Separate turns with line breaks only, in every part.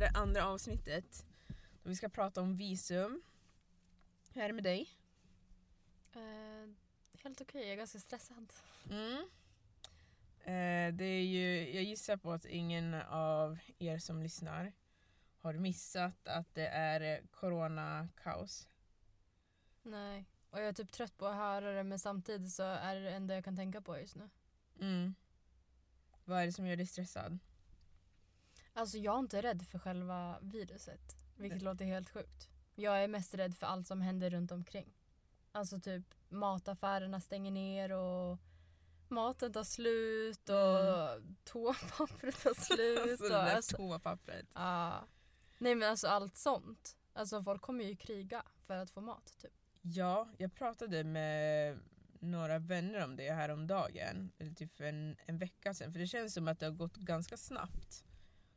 eh, andra avsnittet. Då vi ska prata om visum. Hur är det med dig?
Eh, helt okej, jag är ganska stressad.
Mm. Eh, det är ju, jag gissar på att ingen av er som lyssnar har missat att det är eh, coronakaos.
Nej. Och jag är typ trött på att höra det men samtidigt så är det det enda jag kan tänka på just nu.
Mm. Vad är det som gör dig stressad?
Alltså jag är inte rädd för själva viruset. Vilket låter helt sjukt. Jag är mest rädd för allt som händer runt omkring. Alltså typ mataffärerna stänger ner och maten tar slut och toapappret tar slut.
Mm. Alltså det
och,
där
alltså,
toapappret.
ja. Nej men alltså allt sånt. Alltså folk kommer ju kriga för att få mat typ.
Ja, jag pratade med några vänner om det häromdagen, eller typ för en, en vecka sedan. För det känns som att det har gått ganska snabbt.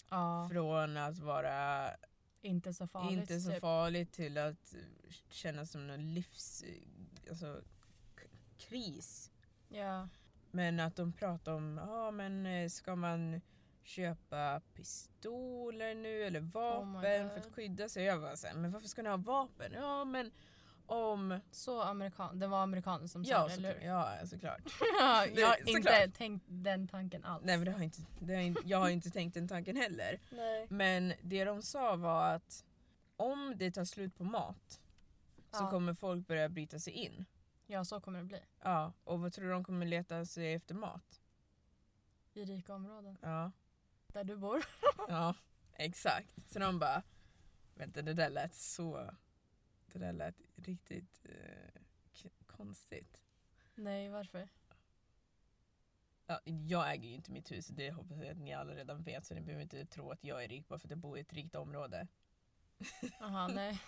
Ja.
Från att vara
Inte så farligt
inte så
typ.
farligt till att eh, kännas som någon livs... eh, Alltså, k- kris.
Ja.
Men att de pratar om, ja ah, men eh, ska man köpa pistoler nu eller vapen för att
Oh God.
skydda sig? Jag bara såhär, men varför ska ni ha vapen? Ja men om...
Så amerikan. Det var amerikanen som
Ja,
sa det,
såklart.
eller hur?
ja såklart. Det-
jag har inte
såklart.
tänkt den tanken alls.
Nej men det har inte, det har inte, jag har inte tänkt den tanken heller. Men det de sa var att om det tar slut på mat så
Ja.
kommer folk börja bryta sig in.
Ja, så kommer det bli.
Ja, och vad tror du de kommer leta sig efter mat?
I rika områden.
Ja,
Där du bor.
ja exakt. Så de bara, vänta det där lät så, det där lät riktigt eh, k- konstigt.
Nej, varför?
Ja, jag äger ju inte mitt hus, det hoppas jag att ni alla redan vet så ni behöver inte tro att jag är rik bara för att jag bor i ett rikt område.
Aha, nej.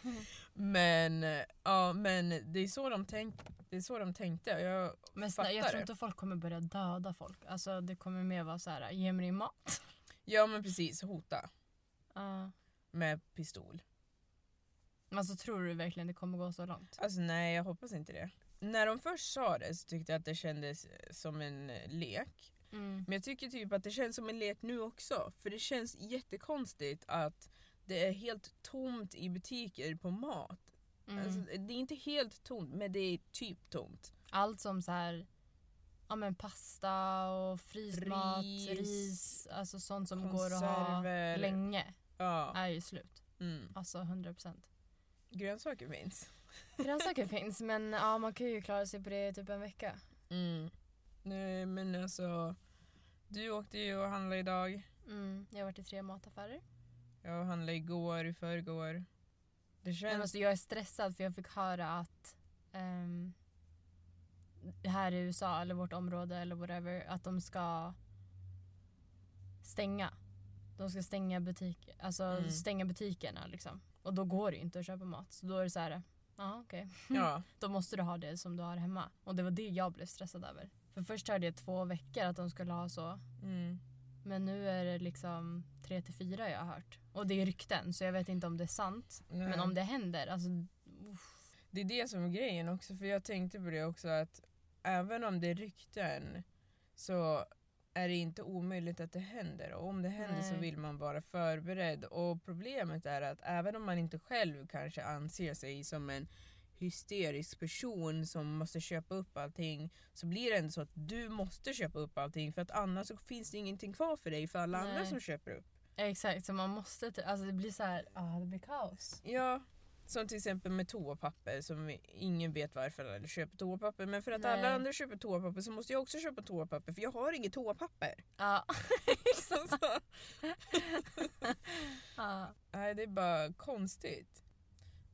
Men, eh, ja men det är så de, tänk, det är så de tänkte. och Jag
Men snälla,
fattar
jag tror
det.
inte folk kommer börja döda folk. Alltså det kommer mer vara så här, ge mig din mat.
Ja men precis, hota
Ja.
med pistol.
alltså tror du verkligen det kommer gå så långt?
Alltså nej, jag hoppas inte det. När de först sa det så tyckte jag att det kändes eh, som en eh, lek.
Mm.
Men jag tycker typ att det känns som en lek nu också. För det känns jättekonstigt att det är helt tomt i butiker på mat.
Mm.
Alltså, det är inte helt tomt, men det är typ tomt.
Allt som så här, ja men pasta och fryst mat,
Ris,
ris, alltså sånt som går att ha
konserver.
länge
Ja.
är ju slut.
Mm.
Alltså 100%.
Grönsaker finns.
Grönsaker finns men ja, man kan ju klara sig på det i typ en vecka.
Mm. Nej men alltså, du åkte ju och handlade idag.
Mm. Jag har varit i tre mataffärer.
Jag handlade igår, i förrgår. Det
Men
känns...
alltså, jag är stressad för jag fick höra att ehm, här i USA eller vårt område eller whatever att de ska stänga. De ska stänga, butik, alltså,
Mm.
stänga butikerna liksom. Och då går det ju inte att köpa mat. Så då är det så här, ja okej.
Ja.
Då måste du ha det som du har hemma. Och det var det jag blev stressad över. För först hörde jag två veckor att de skulle ha så
Mm.
Men nu är det liksom tre till fyra jag har hört. Och det är rykten så jag vet inte om det är sant.
Nej.
Men om det händer, alltså... uff.
Det är det som är grejen också, för jag tänkte på det också att även om det är rykten så är det inte omöjligt att det händer och om det händer så
Nej.
vill man vara förberedd och problemet är att även om man inte själv kanske anser sig som en hysterisk person som måste köpa upp allting så blir det ändå så att du måste köpa upp allting för att annars så finns det ingenting kvar för dig för alla andra
Nej.
som köper upp.
Exakt, så man måste... ty- Alltså det blir så här, ah, det blir kaos.
Ja, som till exempel med toapapper som vi- ingen vet varför alla köper toapapper. Men för att
Nej.
alla andra köper toapapper så måste jag också köpa toapapper för jag har inget toapapper.
Ja. Liksom
Så-
Ja.
Nej, det är bara konstigt.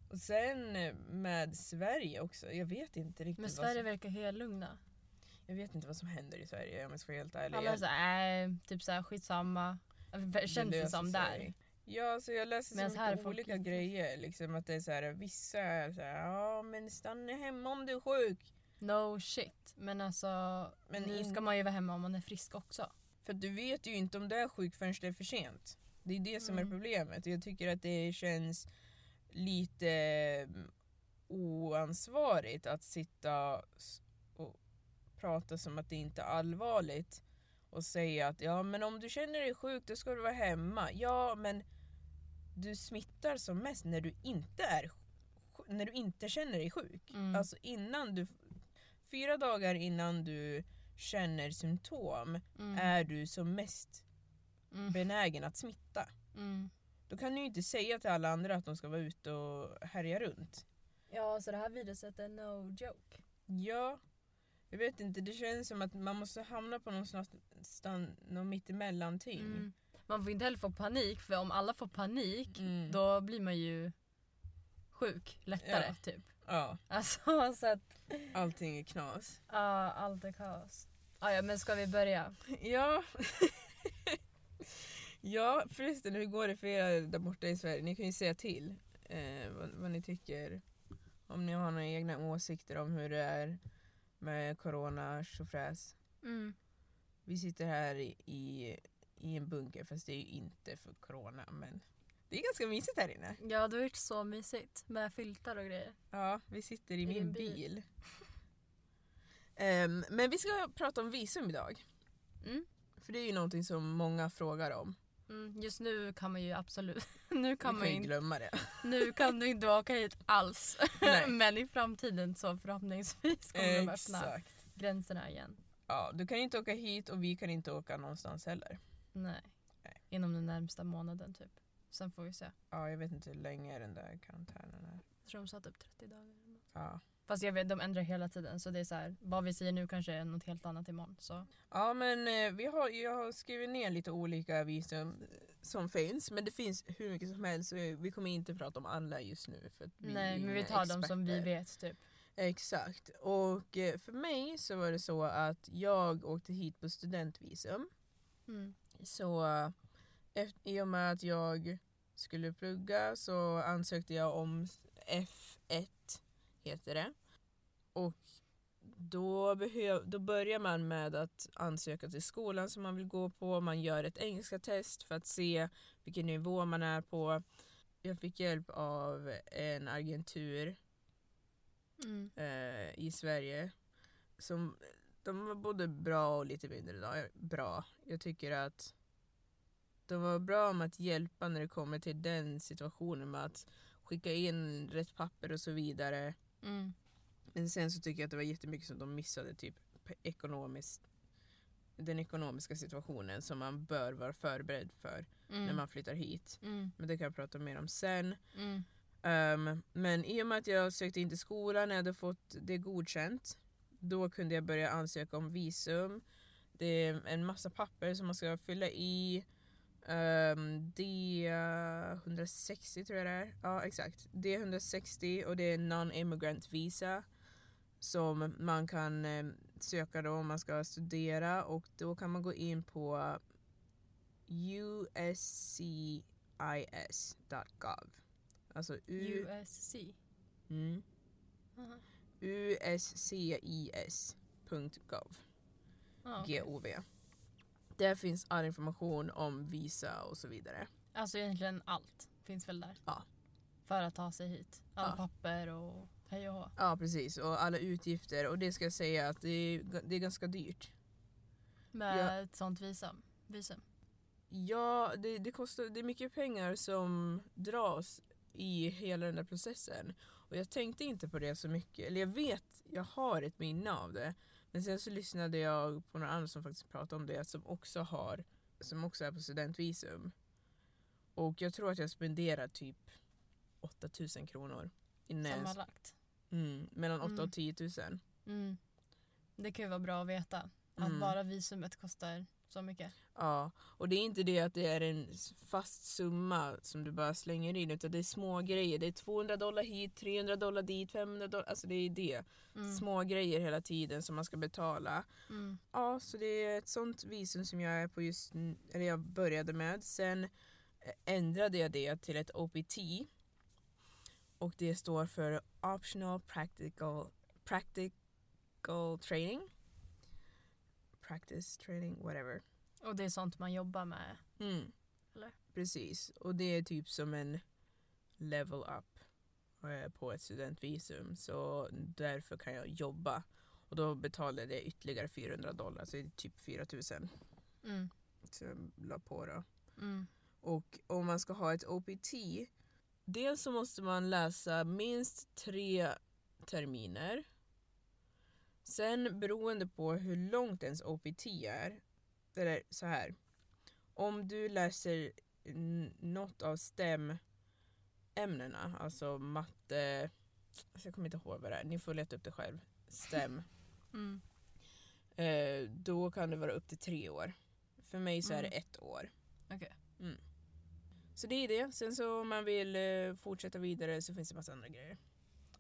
Och sen eh, med Sverige också, jag vet inte riktigt
Men
vad
Sverige
som,
verkar helt lugna.
jag vet inte vad som händer i Sverige om jag ska vara helt ärlig.
Alla är så här, äh, typ så här, skitsamma. Känns det
löser
som
sig.
där.
Ja, så jag läser så
Medan här är
mycket
folk
olika
lite-
grejer. Liksom, att det är så här, vissa är så här, ja men stanna hemma om du är sjuk.
No shit. Men alltså,
Men
nu
in-
ska man ju vara hemma om man är frisk också.
För att du vet ju inte om du är sjuk förrän det är för sent. Det är det som är
Mm.
problemet. Jag tycker att det känns lite mm, oansvarigt att sitta s- och prata som att det inte är allvarligt och säga att ja men om du känner dig sjuk då ska du vara hemma. Ja men du smittar som mest när du inte är sj- när du inte känner dig sjuk.
Mm.
Alltså innan du, fyra dagar innan du känner symptom
Mm.
är du som mest
Mm.
benägen att smitta.
Mm.
Då kan du ju inte säga till alla andra att de ska vara ute och härja runt.
Ja, så det här viruset är no joke.
Ja, jag vet inte, det känns som att man måste hamna på någon, stan, någon mittemellanting.
Mm. Man får inte heller få panik, för om alla får panik
Mm.
då blir man ju sjuk lättare
Ja.
typ.
Ja,
Alltså så att
allting är knas.
ja, allt är kaos. Ah, ja, men ska vi börja?
Ja. ja, förresten hur går det för er där borta i Sverige? Ni kan ju säga till eh, vad, vad ni tycker. Om ni har några egna åsikter om hur det är med corona tjofräs.
Mm.
Vi sitter här i, i, i en bunker fast det är ju inte för corona men det är ganska mysigt här inne.
Ja, det har varit så mysigt med filtar och grejer.
Ja, vi sitter i
I
min
din
bil.
bil.
Ehm, men vi ska prata om visum idag.
Mm.
För det är ju någonting som många frågar om.
Mm, just nu kan man ju absolut...
Kan
Nu kan,
vi
man
kan
ju
ju
inte,
glömma det.
nu kan du inte åka hit alls.
Nej.
Men i framtiden så förhoppningsvis kommer de öppna
Exakt.
gränserna igen.
Ja, du kan inte åka hit och vi kan inte åka någonstans heller.
Nej.
Nej.
Inom den närmsta månaden typ. Sen får vi se.
Ja, jag vet inte hur länge den där karantänen är.
Jag tror de sa typ 30 dagar. eller något.
Ja.
Fast jag vet, de ändrar hela tiden så det är så här, vad vi säger nu kanske är något helt annat imorgon. Så.
Ja men eh, vi har, jag har skrivit ner lite olika visum eh, som finns men det finns hur mycket som helst så vi kommer inte prata om alla just nu för att vi är
Nej, men vi
inga
tar dem som vi
experter.
vet typ.
Exakt och eh, för mig så var det så att jag åkte hit på studentvisum
Mm.
så eh, eft- i och med att jag skulle plugga så ansökte jag om F1 heter det och då, behöv, då börjar man med att ansöka till skolan som man vill gå på. Man gör ett engelska test för att se vilken nivå man är på. Jag fick hjälp av en agentur
Mm.
eh, i Sverige. Som, de var både bra och lite mindre idag. bra. Jag tycker att de var bra med att hjälpa när det kommer till den situationen med att skicka in rätt papper och så vidare.
Mm.
Men sen så tycker jag att det var jättemycket som de missade, typ pe- ekonomiskt den ekonomiska situationen som man bör vara förberedd för
Mm.
när man flyttar hit.
Mm.
Men det kan jag prata mer om sen.
Mm.
Ehm, men i och med att jag sökte in till skolan och jag hade fått det godkänt, då kunde jag börja ansöka om visum. Det är en massa papper som man ska fylla i. Ehm, D160 tror jag det är. Ja, exakt. D160 och det är non-immigrant visa som man kan eh, söka då om man ska studera och då kan man gå in på uscis.gov. Alltså U-
USC.
Mm.
Aha.
uscis.gov.
Ja, okej.
G-O-V. Där finns all information om visa och så vidare.
Alltså egentligen allt finns väl där.
Ja.
För att ta sig hit. Alla
Ja.
papper och hej och hå.
Ja, precis. Och alla utgifter. Och det ska jag säga att det är, g- det är ganska dyrt.
Med
Ja.
ett sånt visum. visum.
Ja, det, det kostar det är mycket pengar som dras i hela den där processen. Och jag tänkte inte på det så mycket. Eller jag vet, jag har ett minne av det. Men sen så lyssnade jag på några andra som faktiskt pratade om det som också har som också är på studentvisum. Och jag tror att jag spenderar typ 8000 kronor. Innan jag ens,
Sammanlagt.
mm, mellan 8 000
Mm.
och 10 000.
Mm. Det kan ju vara bra att veta. Att
Mm.
bara visumet kostar så mycket.
Ja, och det är inte det att det är en s- fast summa som du bara slänger in utan det är små grejer. Det är 200 dollar hit, 300 dollar dit, 500 dollar. Alltså det är det.
Mm.
Små grejer hela tiden som man ska betala.
Mm.
Ja, så det är ett sånt visum som jag är på just n- eller jag började med. Sen eh, ändrade jag det till ett OPT. Och det står för Optional Practical, practical Training. Practice Training, whatever.
Och det är sånt man jobbar med.
Mm.
Eller?
Precis, och det är typ som en level up eh, på ett studentvisum så därför kan jag jobba. Och då betalade jag ytterligare 400 dollar, så det är typ 4000
Mm.
som jag la på då.
Mm.
Och om man ska ha ett OPT, dels så måste man läsa minst tre terminer. Sen beroende på hur långt ens OPT är, eller så här. Om du läser n- något av STEM-ämnena, alltså matte, alltså jag kommer inte ihåg vad det är, ni får leta upp det själv. STEM.
Mm.
Eh, då kan det vara upp till tre år. För mig så är det
Mm.
ett år.
Okej.
Mm. Så det är det. Sen så om man vill eh, fortsätta vidare så finns det massa andra grejer.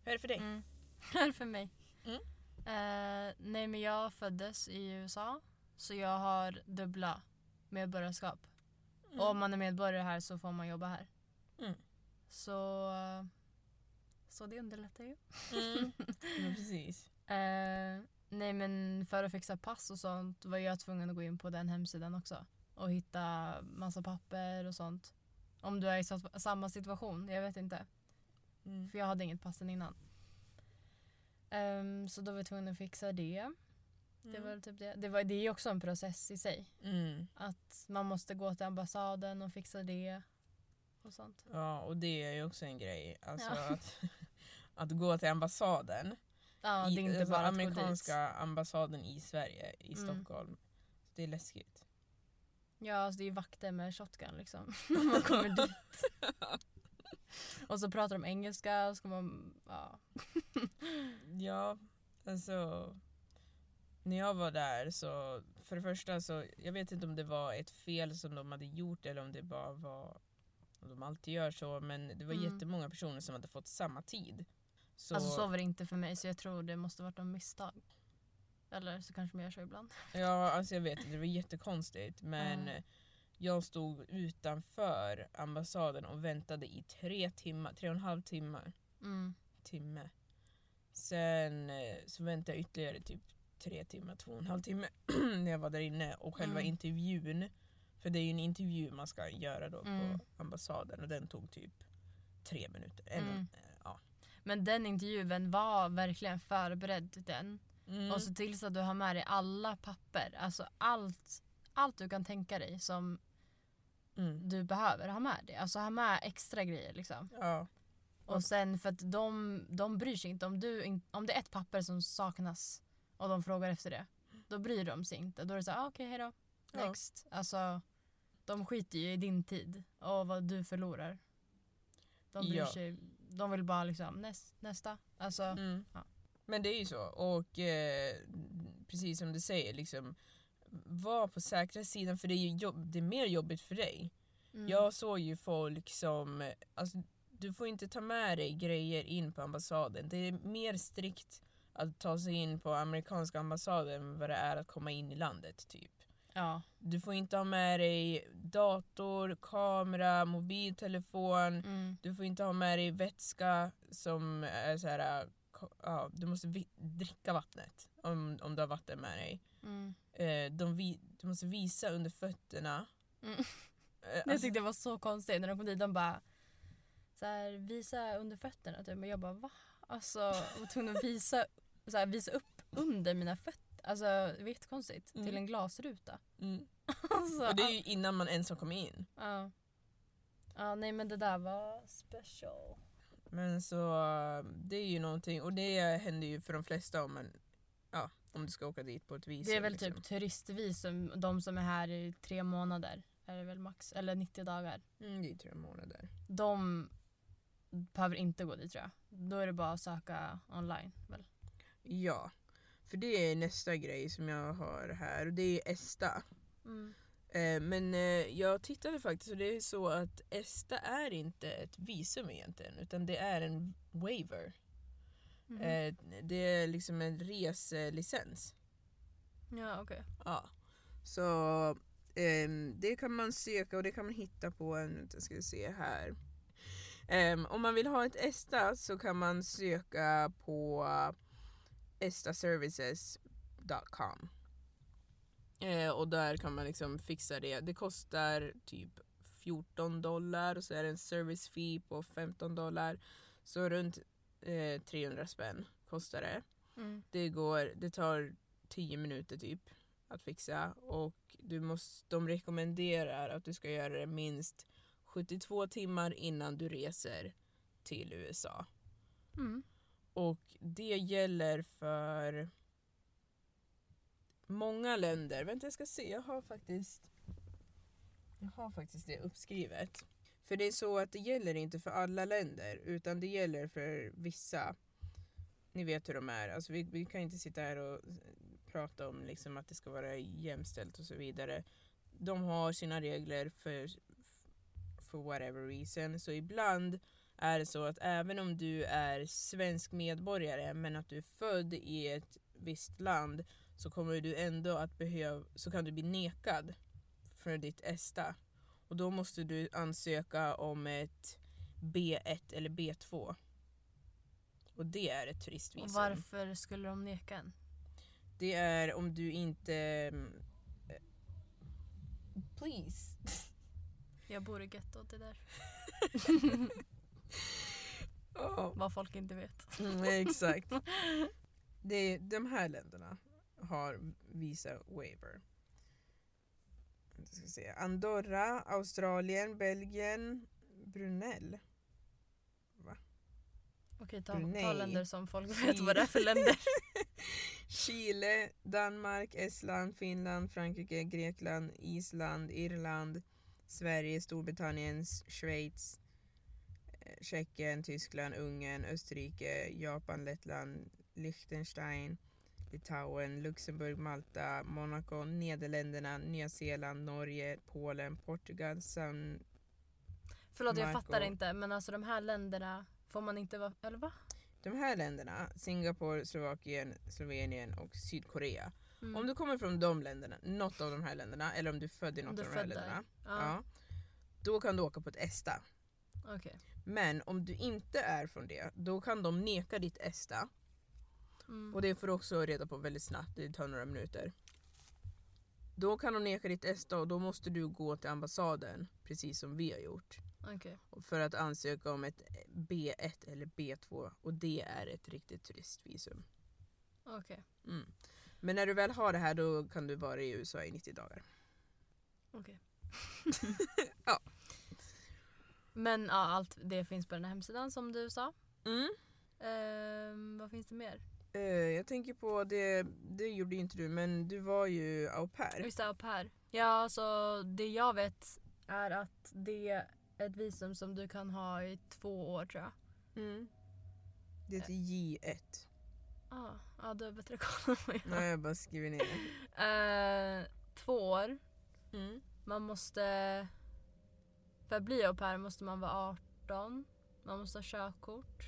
Hur är det för dig?
Mm. Det här är för mig.
Mm.
Eh, nej men jag föddes i USA så jag har dubbla medborgarskap.
Mm.
Och om man är medborgare här så får man jobba här.
Mm.
Så, eh, så det underlättar ju.
Mm. Men precis.
Eh, nej men för att fixa pass och sånt var jag tvungen att gå in på den hemsidan också. Och hitta massa papper och sånt. Om du är i sa- samma situation, jag vet inte.
Mm.
För jag hade inget passen innan. Ehm, så då var jag tvungen att fixa det. Det var väl typ det. Det, var, det är ju också en process i sig.
Mm.
Att man måste gå till ambassaden och fixa det. Och sånt.
Ja, och det är ju också en grej. Alltså
Ja.
att, att gå till ambassaden.
Ja,
I-
det är inte
alltså
bara att
amerikanska
gå dit.
ambassaden i Sverige, i
Mm.
Stockholm. Det är läskigt.
Ja, alltså det är ju vakter med shotgun liksom. När man kommer dit. Och så pratar de engelska och ska man... Ja.
Ja, alltså. När jag var där så, för det första så, jag vet inte om det var ett fel som de hade gjort eller om det bara var, och de alltid gör så, men det var
Mm.
jättemånga personer som hade fått samma tid. Så,
Alltså så var det inte för mig så jag tror det måste varit någon misstag. Eller så kanske man gör så ibland.
Ja, alltså jag vet inte, det var jättekonstigt men
Ja.
jag stod utanför ambassaden och väntade i tre timmar, tre och en halv timmar.
Mm.
timme. Sen eh, så väntade jag ytterligare typ tre timmar, två och en halv timme när jag var där inne och själva
Mm.
intervjun. För det är ju en intervju man ska göra då
Mm.
på ambassaden och den tog typ tre minuter. En,
Mm.
eh, ja.
Men den intervjun var verkligen förberedd den.
mm.
Och se till så att du har med dig alla papper. Alltså allt, allt du kan tänka dig som
mm.
du behöver ha med dig. Alltså ha med extra grejer liksom.
ja.
Och sen för att de, de bryr sig inte. Om, du, in- om det är ett papper som saknas och de frågar efter det. Då bryr de sig inte. Då är det såhär, ah, okej hejdå.
Ja.
Next. Alltså de skiter ju i din tid och vad du förlorar. De bryr
Ja.
sig. De vill bara liksom näst, nästa. Alltså
Mm.
Ja.
Men det är ju så. Och eh, precis som du säger, liksom, var på säkra sidan för det är ju jobb, det är mer jobbigt för dig.
mm,
Jag såg ju folk som, alltså, du får inte ta med dig grejer in på ambassaden. Det är mer strikt att ta sig in på amerikanska ambassaden än vad det är att komma in i landet typ.
ja.
Du får inte ha med dig dator, kamera, mobiltelefon.
Mm,
Du får inte ha med dig vätska som är så här, ko- ja, du måste vi- dricka vattnet om, om du har vatten med dig.
mm.
Eh, de vi- du måste visa under fötterna.
Mm.
Eh,
Jag
alltså-
tyckte det var så konstigt när de kom dit. De bara så här, visa under fötterna typ. Men jag bara va? Alltså var tvungen att visa, så här, visa upp under mina fötter. Alltså det var jättekonstigt.
Mm.
Till en glasruta.
mm.
Alltså,
Och det är ju innan man ens har kommit in.
ja. ja nej men det där var special.
Men så eh, det är ju någonting och det händer ju för de flesta om man ja, om du ska åka dit på ett visum.
Det är väl
liksom.
typ turistvisum. De som är här i tre månader är det väl max. Eller 90 dagar.
Mm, det är tre månader.
De behöver inte gå dit tror jag. Då är det bara att söka online väl?
Ja. För det är nästa grej som jag har här och det är ESTA.
Mm.
Eh, men eh, jag tittade faktiskt och det är så att ESTA är inte ett visum egentligen utan det är en waiver.
Mhm.
Eh, det är liksom en reselicens.
Ja okej.
Ja. Så ehm, det kan man söka och det kan man hitta på en, vänta, ska vi se här. Ehm, om man vill ha ett ESTA så kan man söka på estaservices.com. Eh, och där kan man liksom fixa det. Det kostar typ 14 dollar och så är det en service fee på 15 dollar. Så runt eh, 300 spänn kostar det.
Mm.
Det, går, det tar 10 minuter typ att fixa och du måste, de rekommenderar att du ska göra det minst 72 timmar innan du reser till USA.
Mm.
Och det gäller för många länder. Vänta jag ska se, jag har faktiskt, jag har faktiskt det uppskrivet. För det är så att det gäller inte för alla länder utan det gäller för vissa. Ni vet hur de är. Alltså vi, vi kan inte sitta här och prata om liksom att det ska vara jämställt och så vidare. De har sina regler för, för whatever reason. Så ibland är det så att även om du är svensk medborgare men att du är född i ett visst land så kommer du ändå att behöva, så kan du bli nekad för ditt ESTA. Och då måste du ansöka om ett B1 eller B2. Och det är ett turistvisum.
Och varför skulle de neka en?
Det är om du inte... mm, eh, Please.
Jag bor i gettot, det där. Vad folk inte vet.
Mm, exakt. Det, de här länderna har Visa Waiver. Jag Ska se. Andorra, Australien, Belgien, Brunel.
Okej, ta, ta
Brunei.
länder som folk vet vad det är för länder.
Chile, Danmark, Estland, Finland, Frankrike, Grekland, Island, Irland, Sverige, Storbritannien, Schweiz, eh, Tjeckien, Tyskland, Ungern, Österrike, Japan, Lettland, Liechtenstein, Litauen, Luxemburg, Malta, Monaco, Nederländerna, Nya Zeeland, Norge, Polen, Portugal, San...
Förlåt, jag
Marco.
fattar inte. Men alltså de här länderna får man inte vara... Eller va?
De här länderna, Singapore, Slovakien, Slovenien och Sydkorea,
Mm.
Om du kommer från de länderna, något av de här länderna, eller om du är född i
Om
något
du
av
är
de här
född där.
länderna.
Ja,
Ja, då kan du åka på ett ESTA.
okej.
Men om du inte är från det, då kan de neka ditt ESTA.
Mm.
Och det får du också reda på väldigt snabbt, det tar några minuter. Då kan de neka ditt ESTA och då måste du gå till ambassaden, precis som vi har gjort.
Okej.
För att ansöka om ett B1 eller B2 och det är ett riktigt turistvisum.
Okej.
Mm. Men när du väl har det här då kan du vara i USA i 90 dagar.
Okej.
Ja.
Men ja, allt det finns på den här hemsidan som du sa.
Mm.
Ehm, vad finns det mer?
Eh, jag tänker på det, det gjorde ju inte du, men du var ju au pair.
Just det, au pair. Ja, alltså det jag vet är att det är ett visum som du kan ha i två år tror jag. Mm.
Det heter J1.
Ja, Ah, ja, du har bättre koll än vad jag har.
Nej, jag bara skriver ner det.
Ehm, Två år. Man måste... För att bli au pair måste man vara 18. Man måste ha körkort.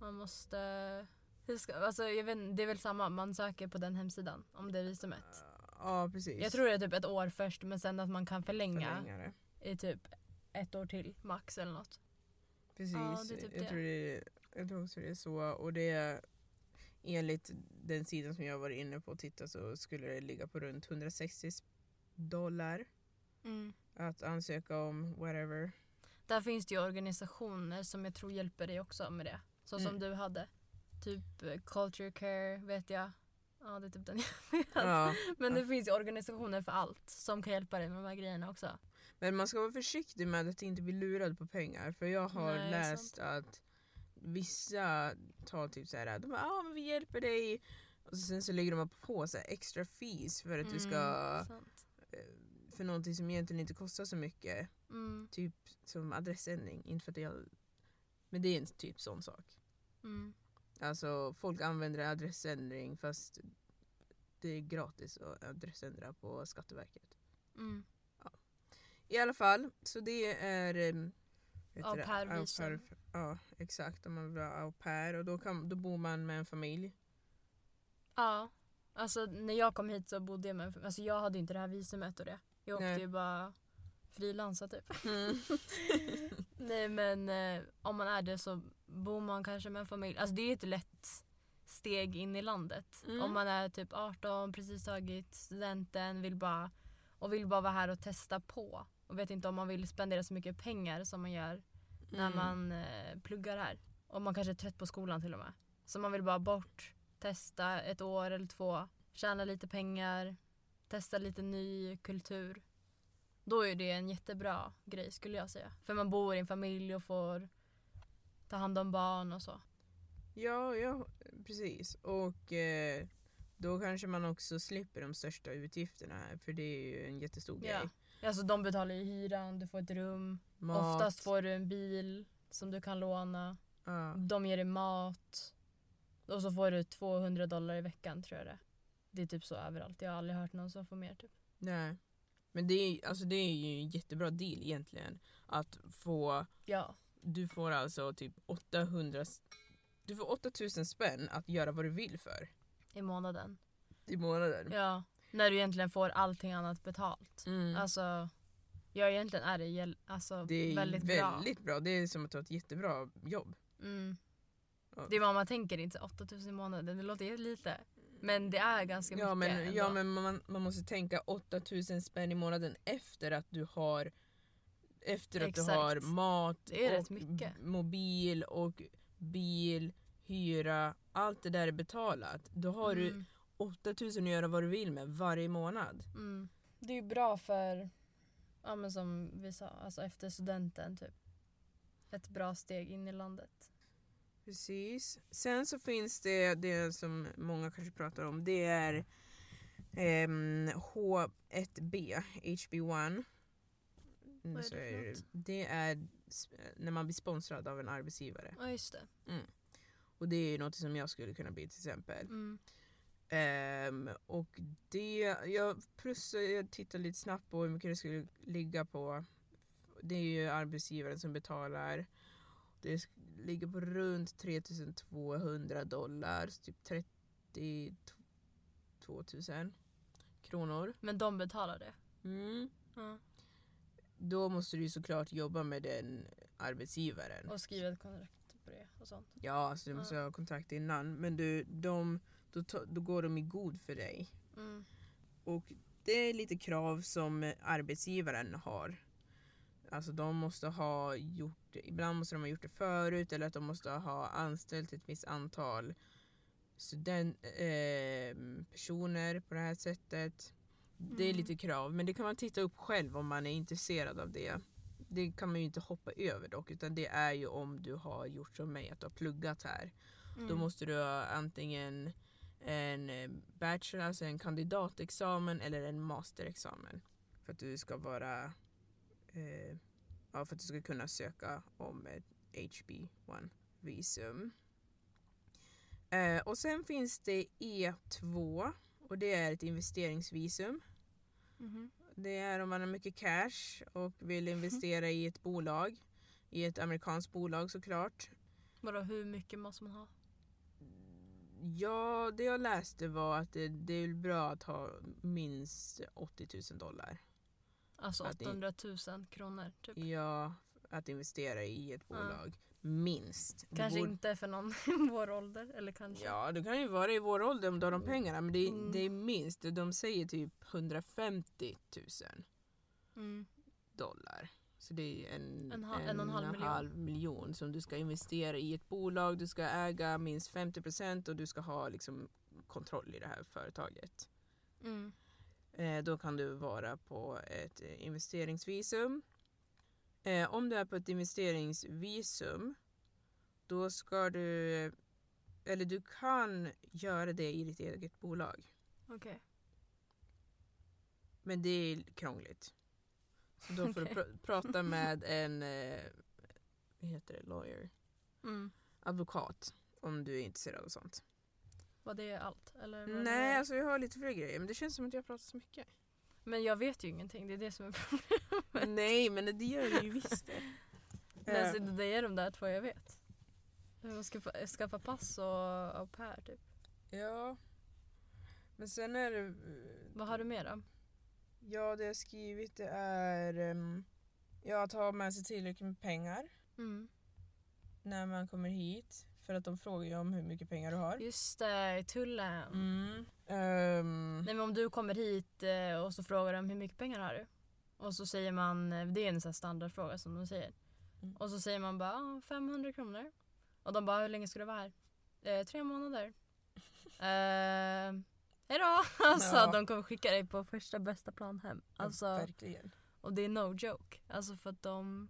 Man måste... Hur ska, alltså, jag vet, inte, det är väl samma, man söker på den hemsidan om det är visumet.
Ja, precis.
Jag tror det är typ ett år först men sen att man kan förlänga,
Förlängare.
i typ ett år till max eller något.
Precis.
Ja, det är typ
jag,
det.
Tror det, jag tror också det är så. Och det är, enligt den sidan som jag var inne på och tittade så skulle det ligga på runt 160 dollar att ansöka om whatever.
Där finns det ju organisationer som jag tror hjälper dig också med det. Så som
Mm.
du hade. Typ eh, Culture Care vet jag. Ja det är typ den jag vet.
Ja.
Men det finns ju organisationer för allt som kan hjälpa dig med de här grejerna också.
Men man ska vara försiktig med att inte bli lurad på pengar. För jag har
Nej,
läst att vissa tar typ så här, de bara, ah, men vi hjälper dig. Och sen så lägger de på så här extra fees för att du ska,
Mm, sant.
för någonting som egentligen inte kostar så mycket.
Mm,
Typ som adressändring. Inte för att jag, men det är en typ sån sak.
mm,
Alltså folk använder adressändring fast det är gratis att adressändra på Skatteverket.
mm.
I alla fall, så det är... ehm, vet
Au
du det?
pair-visum.
Au pair- Ja, exakt. Om man vill vara au pair. Och då, kan, då bor man med en familj.
Ja. Alltså när jag kom hit så bodde jag med Alltså jag hade ju inte det här visumet och det. Jag åkte
Nej. Mm.
ju bara frilansa typ. Nej men eh, om man är det så bor man kanske med en familj. Alltså det är ju ett lätt steg in i landet.
Mm.
Om man är typ 18, precis tagit studenten vill bara, och vill bara vara här och testa på. Och vet inte om man vill spendera så mycket pengar som man gör när man eh, pluggar här. Och man kanske är trött på skolan till och med. Så man vill bara bort, testa ett år eller två, tjäna lite pengar, testa lite ny kultur. Då är det en jättebra grej skulle jag säga. För man bor i en familj och får ta hand om barn och så.
Ja, ja precis. Och eh, då kanske man också slipper de största utgifterna här för det är ju en jättestor
Ja.
grej.
Alltså de betalar ju hyran, du får ett rum.
Mat.
Oftast får du en bil som du kan låna.
ja.
De ger dig mat. Och så får du 200 dollar i veckan tror jag det är. Det är typ så överallt. Jag har aldrig hört någon som får mer typ.
Nej. Men det är, alltså, det är ju en jättebra deal egentligen. Att få,
Ja.
du får alltså typ 800, s- du får 8000 spänn att göra vad du vill för
I månaden.
i månaden.
Ja. När du egentligen får allting annat betalt.
Mm.
Alltså, ja egentligen är det, gäll- alltså,
det är
väldigt,
väldigt,
bra.
bra. Det är som att ta ett jättebra jobb.
Mm.
Ja.
Det är vad man tänker inte, så 8000 i månaden, det låter jättelite. Men det är ganska
Ja
mycket
men,
ändå.
ja, men man, man måste tänka 8000 spänn i månaden efter att du har efter att du
Exakt.
har mat,
Det är
och
rätt mycket.
b- mobil och bil, hyra. Allt det där är betalat. Då har du
Mm,
8000 att göra vad du vill med varje månad.
mm. Det är ju bra för, ja, men som vi sa, alltså efter studenten typ. Ett bra steg in i landet.
Precis. Sen så finns det det som många kanske pratar om. Det är ehm, H1B, HB1. Mm,
Vad är
så
det för
är
något?
det är s- när man blir sponsrad av en arbetsgivare.
Ja just det.
Och det är ju något som jag skulle kunna bli till exempel.
Mm.
Ehm, och det, jag, plus eh, jag tittar lite snabbt på hur mycket det skulle ligga på. Det är ju arbetsgivaren som betalar. Det sk- ligger på runt 3200 dollar, så typ 32 000 kronor.
Men de betalar det.
Mm.
Ja.
Då måste du ju såklart jobba med den arbetsgivaren.
Och skriver ett kontrakt på det och sånt.
Ja, så du måste ha kontrakt innan. Men du, de, då, ta- då går de i god för dig.
Mm.
Och det är lite krav som arbetsgivaren har. Alltså de måste ha gjort det, ibland måste de ha gjort det förut eller att de måste ha anställt ett visst antal student, eh, personer på det här sättet. Det är
Mm.
lite krav men det kan man titta upp själv om man är intresserad av det. Det kan man ju inte hoppa över dock utan det är ju om du har gjort som mig att du har pluggat här. Då
Mm.
måste du ha antingen en eh, bachelor, alltså en kandidatexamen eller en masterexamen. För att du ska vara, eh, ja för att du ska kunna söka om ett HB1 visum. Eh, och sen finns det E2 och det är ett investeringsvisum.
Mhm.
Det är om man har mycket cash och vill investera i ett bolag. I ett amerikanskt bolag såklart.
Vadå hur mycket måste man ha?
Ja, det jag läste var att det, det är bra att ha minst 80 000 dollar.
Alltså
Ja, det-
800 000 kronor typ.
Ja, att investera i ett
Ja.
bolag. Minst. Det
Kanske
borde-
inte för någon i vår ålder, eller kanske.
Ja, det kan ju vara i vår ålder om du har de pengarna. Men det, är-
Mm.
det är minst. De säger typ 150 000
Mm.
dollar. Så det är en,
En ha- en och en halv miljon.
miljon som du ska investera i ett bolag. Du ska äga minst 50 procent och du ska ha liksom kontroll i det här företaget.
Mm.
Eh, då kan du vara på ett eh, investeringsvisum. Eh, om du är på ett investeringsvisum då ska du, eller du kan göra det i ditt eget bolag.
Okej.
Men det är krångligt. Så då får du pr- prata med en, eh, vad heter det, lawyer,
Mm.
advokat om du är intresserad av sånt.
Var det allt? Eller var det-
Nej, alltså vi har lite fler grejer men det känns som att jag pratar så mycket.
Men jag vet ju ingenting, det är det som är problemet.
Nej, men det gör du ju visst det. Eh.
Men så Det är de där två jag vet. Hur man ska skaffa, skaffa pass och au pair typ.
Ja. Men sen är det...
Vad har du mer då?
Ja, det jag skrivit det är... ehm, ja, att ha med sig tillräckligt med pengar
Mm.
när man kommer hit. För att de frågar ju om hur mycket pengar du har.
Just det, tullen.
Mm. Ehm,
Nej men om du kommer hit eh, och så frågar de hur mycket pengar har du? Och så säger man, eh, det är en sån här standardfråga som de säger.
Mm.
Och så säger man bara "Ah, 500 kronor. Och de bara hur länge ska du vara här? Eh, tre månader. eh, hejdå! Alltså
Ja.
de kommer skicka dig på första bästa plan hem. Alltså,
verkligen.
Och det är no joke. Alltså för att de...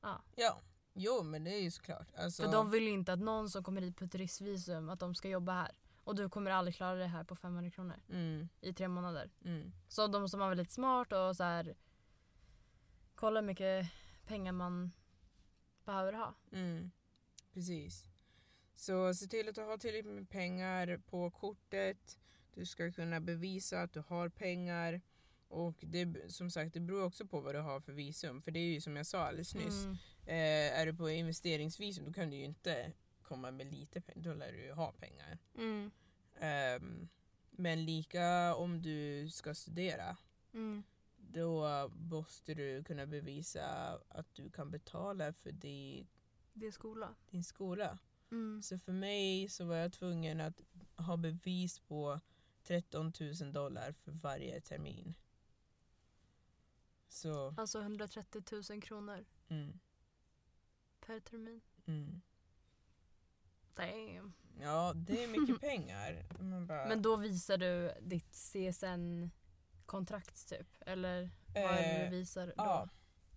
Ja.
Ja. Jo men det är ju såklart. Alltså,
För de vill ju inte att någon som kommer hit på turistvisum att de ska jobba här. Och du kommer aldrig klara det här på 500 kronor
mm,
i tre månader.
mm,
Så de som har varit lite smart och så här kolla hur mycket pengar man behöver ha.
mm. Precis. Så se till att du har tillräckligt med pengar på kortet. Du ska kunna bevisa att du har pengar. Och det, som sagt, det beror också på vad du har för visum. För det är ju som jag sa alldeles nyss.
Mm.
Eh, är du på investeringsvisum då kan du ju inte komma med lite pengar. Då lär du ju ha pengar.
Mm.
Ehm, men lika om du ska studera.
Mm.
Då måste du kunna bevisa att du kan betala för di-
Det är skola.
din skola.
Mm.
Så för mig så var jag tvungen att ha bevis på 13 000 dollar för varje termin. Så,
Alltså 130 000 kronor
mm,
per termin.
mm.
Damn.
Ja, det är mycket pengar. Man bara,
Men då visar du ditt CSN-kontrakt typ? Eller vad är det
eh,
du visar då?
Ja.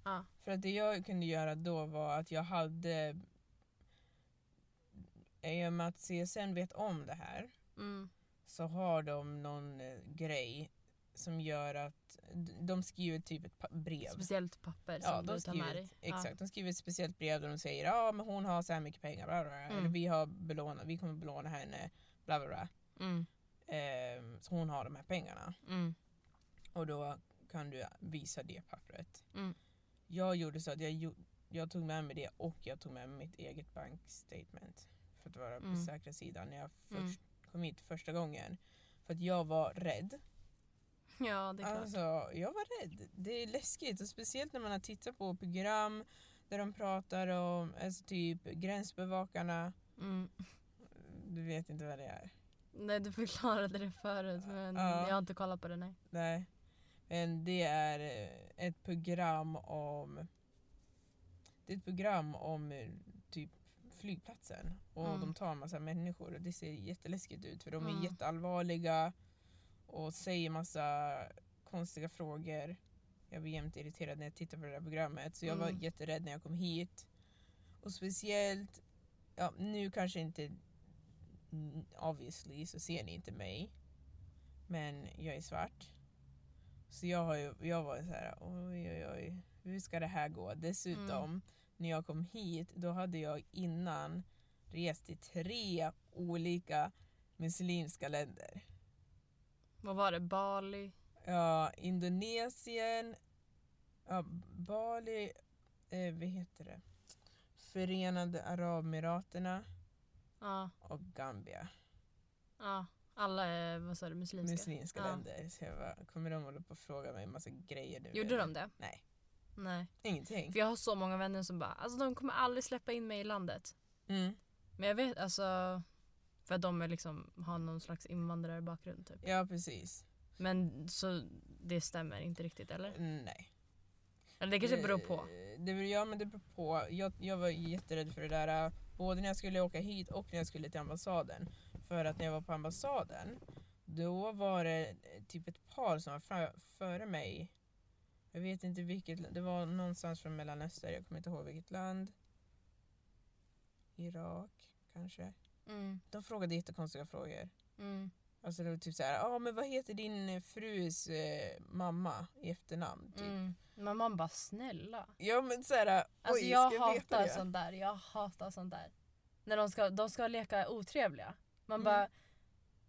Ja.
För att det jag kunde göra då var att jag hade... I och med att CSN vet om det här
Mm.
så har de någon eh, grej som gör att d- de skriver typ ett pa- brev.
Speciellt papper
Ja,
som
de
du tar
skriver,
med dig.
ett- exakt, de skriver ett speciellt brev där de säger ja men hon har så här mycket pengar, bla bla, bla.
Mm.
Eller, vi, har belånat, vi kommer belåna henne, bla bla, bla.
Ja. Mm.
Ehm, så hon har de här pengarna.
Mm.
Och då kan du visa det pappret.
Mm.
Jag gjorde så att jag, gjo- jag tog med mig det och jag tog med mig mitt eget bankstatement. För att vara på
Mm.
säkra sidan när jag först
Mm.
kom hit första gången. För att jag var rädd.
Ja, det är klart.
Alltså, jag var rädd. Det är läskigt och speciellt när man har tittat på program där de pratar om alltså typ gränsbevakarna.
Mm.
Du vet inte vad det är.
Nej, du förklarade det förut men
Ja.
jag har inte kollat på det nej.
Nej. Men det är eh, ett program om... Det är ett program om eh, typ flygplatsen och
Mm.
de tar en massa människor och det ser jätteläskigt ut för de är
Mm.
jätteallvarliga och säger massa konstiga frågor. Jag blir jämt irriterad när jag tittar på det där programmet så jag var
Mm.
jätterädd när jag kom hit. Och speciellt, ja nu kanske inte Mm, obviously så ser ni inte mig. Men jag är svart. Så jag, har ju, jag var så här, oj oj oj, hur ska det här gå? Dessutom,
Mm.
när jag kom hit, då hade jag innan rest i tre olika muslimska länder.
Vad var det? Bali?
Ja, Indonesien, ja, Bali, eh, vad heter det? Förenade Arabemiraterna
Ja,
och Gambia.
ja. Alla är, vad sa du, muslimska?
muslimska
Ja.
länder. Så jag bara, kommer de hålla på och fråga mig en massa grejer nu?
Gjorde
eller?
de det?
Nej,
Nej.
ingenting.
För jag har så många vänner som bara, alltså de kommer aldrig släppa in mig i landet.
Mm.
Men jag vet, alltså, för att de är liksom, har någon slags invandrarbakgrund typ.
Ja, precis.
Men så det stämmer inte riktigt eller?
Mm, Nej. Eh,
Eller det kanske beror på.
Det, det, ja, men det beror på. Jag, jag var jätterädd för det där, eh, både när jag skulle åka hit och när jag skulle till ambassaden. För att när jag var på ambassaden, då var det eh, typ ett par som var fra- före mig. Jag vet inte vilket, la- det var någonstans från Mellanöstern, jag kommer inte ihåg vilket land. Irak, kanske.
Mm,
De frågade jättekonstiga frågor.
mm,
Alltså det var typ såhär, ja ah, men vad heter din eh, frus eh, mamma i efternamn? Typ.
mm. Men man bara snälla.
Ja men såhär, oj
Alltså jag
ska jag veta
hatar
det?
sånt där. Jag hatar sånt där. När de ska, de ska leka otrevliga. Man
Mm.
bara,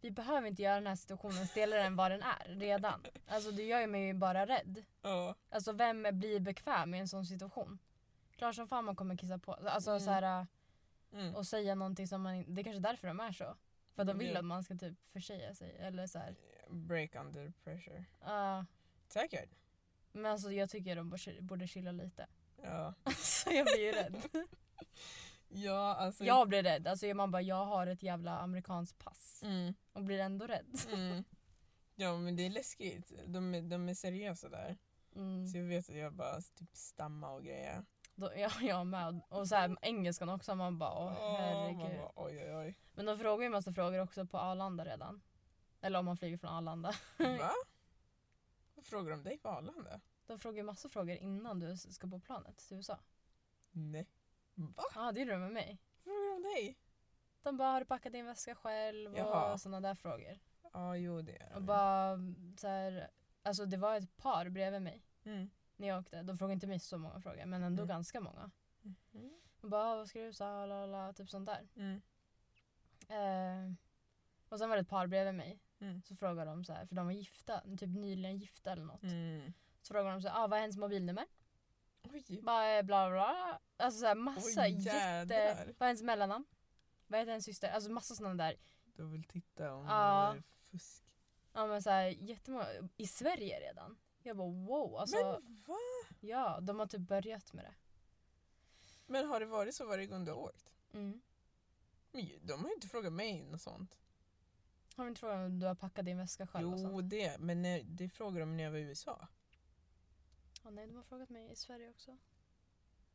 vi behöver inte göra den här situationen stelare än vad den är redan. Alltså det gör ju mig ju bara rädd.
Ja,
Alltså vem blir bekväm i en sån situation? Klart som fan man kommer kissa på. Alltså
Mm.
så här,
mm.
och säga någonting som man inte... Det är kanske är därför de är så. För att de vill
Ja.
att man ska typ försäga sig. Eller så här.
Break under pressure.
ah.
Säkert.
men alltså jag tycker de borde- borde chilla lite.
Ja.
Så jag blir ju rädd.
ja alltså.
Jag blir rädd. Alltså man bara, jag har ett jävla amerikanskt pass.
Mm,
Och blir ändå rädd.
mm. Ja men det är läskigt. De, är- de är seriösa där.
Mm.
Så jag vet att jag bara typ stamma och grejer.
Då, ja, jag med. Och så här, engelskan också, man bara åh
man
herregud.
bara, oj oj oj.
Men de frågar ju massa frågor också på Arlanda redan. Eller om man flyger från Arlanda.
Va? Vad frågar de dig på Arlanda?
De frågar ju massor frågor innan du ska på planet till USA.
Nej. Va?
Ja, det gjorde de med mig.
Frågar de dig?
De bara, har du packat din väska själv?
Jaha.
Och sådana där frågor.
Ja, jo det gör
Och
de.
bara så här, alltså det var ett par bredvid mig
Mm.
när jag åkte. De frågade inte mig så många frågor, men ändå
Mm.
ganska många.
Mm.
De bara, "Ah, vad ska du USA? La, la, la, typ sånt där.
Mm.
Eh, och sen var det ett par bredvid mig.
Mm.
Så frågade de så här, för de var gifta, typ nyligen gifta eller något.
Mm.
Så frågade de så här, ah, vad är hennes mobilnummer?
Oj.
Bara, eh, bla bla bla. Alltså så här, massa
Oj,
jätte...
jädrar.
Vad är hennes mellannamn? Vad heter hennes syster? Alltså massa sådana där.
Du vill titta om
Ja.
det är fusk.
Ja men så här, jättemånga. I Sverige redan. Jag bara wow. Alltså,
Men va?
Ja, de har typ börjat med det.
Men har det varit så varje gång du har åkt?
Mm.
Men ju- de har ju inte frågat mig något sånt.
Har du inte frågat om du har packat din väska själv och
Jo,
sånt?
det. Men när, det frågade de när jag var i USA.
Ja, nej, de har frågat mig i Sverige också.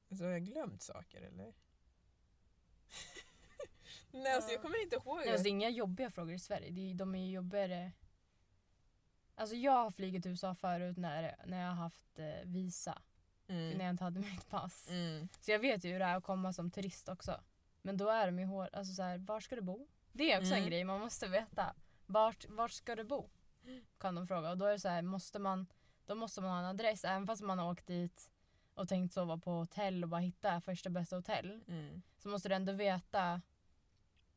Alltså, har jag glömt saker eller? Nej, alltså, jag
Ja.
kommer inte ihåg.
Nej, alltså, det är inga jobbiga frågor i Sverige. Det är, de är ju jobbigare. Alltså jag har flugit till USA förut när, när jag har haft eh, visa.
Mm.
När jag inte hade mitt pass.
Mm.
Så jag vet ju hur det är att komma som turist också. Men då är de ju hår, alltså så här, var ska du bo? Det är också
Mm.
en grej man måste veta. Vart, vart ska du bo? Kan de fråga. Och då är det så här, måste man, då måste man ha en adress även fast man har åkt dit och tänkt sova på hotell och bara hitta första bästa hotell.
Mm.
Så måste du ändå veta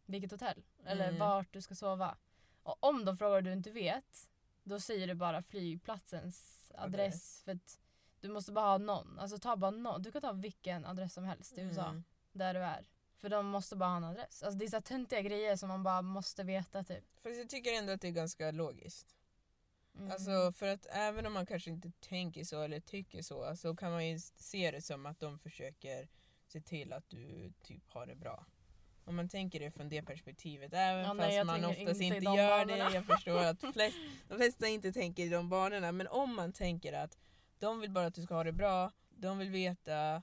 vilket hotell eller
Mm.
vart du ska sova. Och om de frågar och du inte vet, då säger du bara flygplatsens adress.
Adress.
För att du måste bara ha någon. Alltså ta bara någon. Du kan ta vilken adress som helst i USA
Mm.
där du är. För de måste bara ha en adress. Alltså det är så här töntiga grejer som man bara måste veta typ.
Fast jag tycker ändå att det är ganska logiskt.
Mm.
Alltså för att även om man kanske inte tänker så eller tycker så så kan man ju se det som att de försöker se till att du typ har det bra. Om man tänker det från det perspektivet, även
Ja,
fast
nej, jag
man
tänker
oftast
inte
inte,
i de
gör
banorna.
det. Jag förstår att flest, de flesta inte tänker i de banorna. Men om man tänker att de vill bara att du ska ha det bra, de vill veta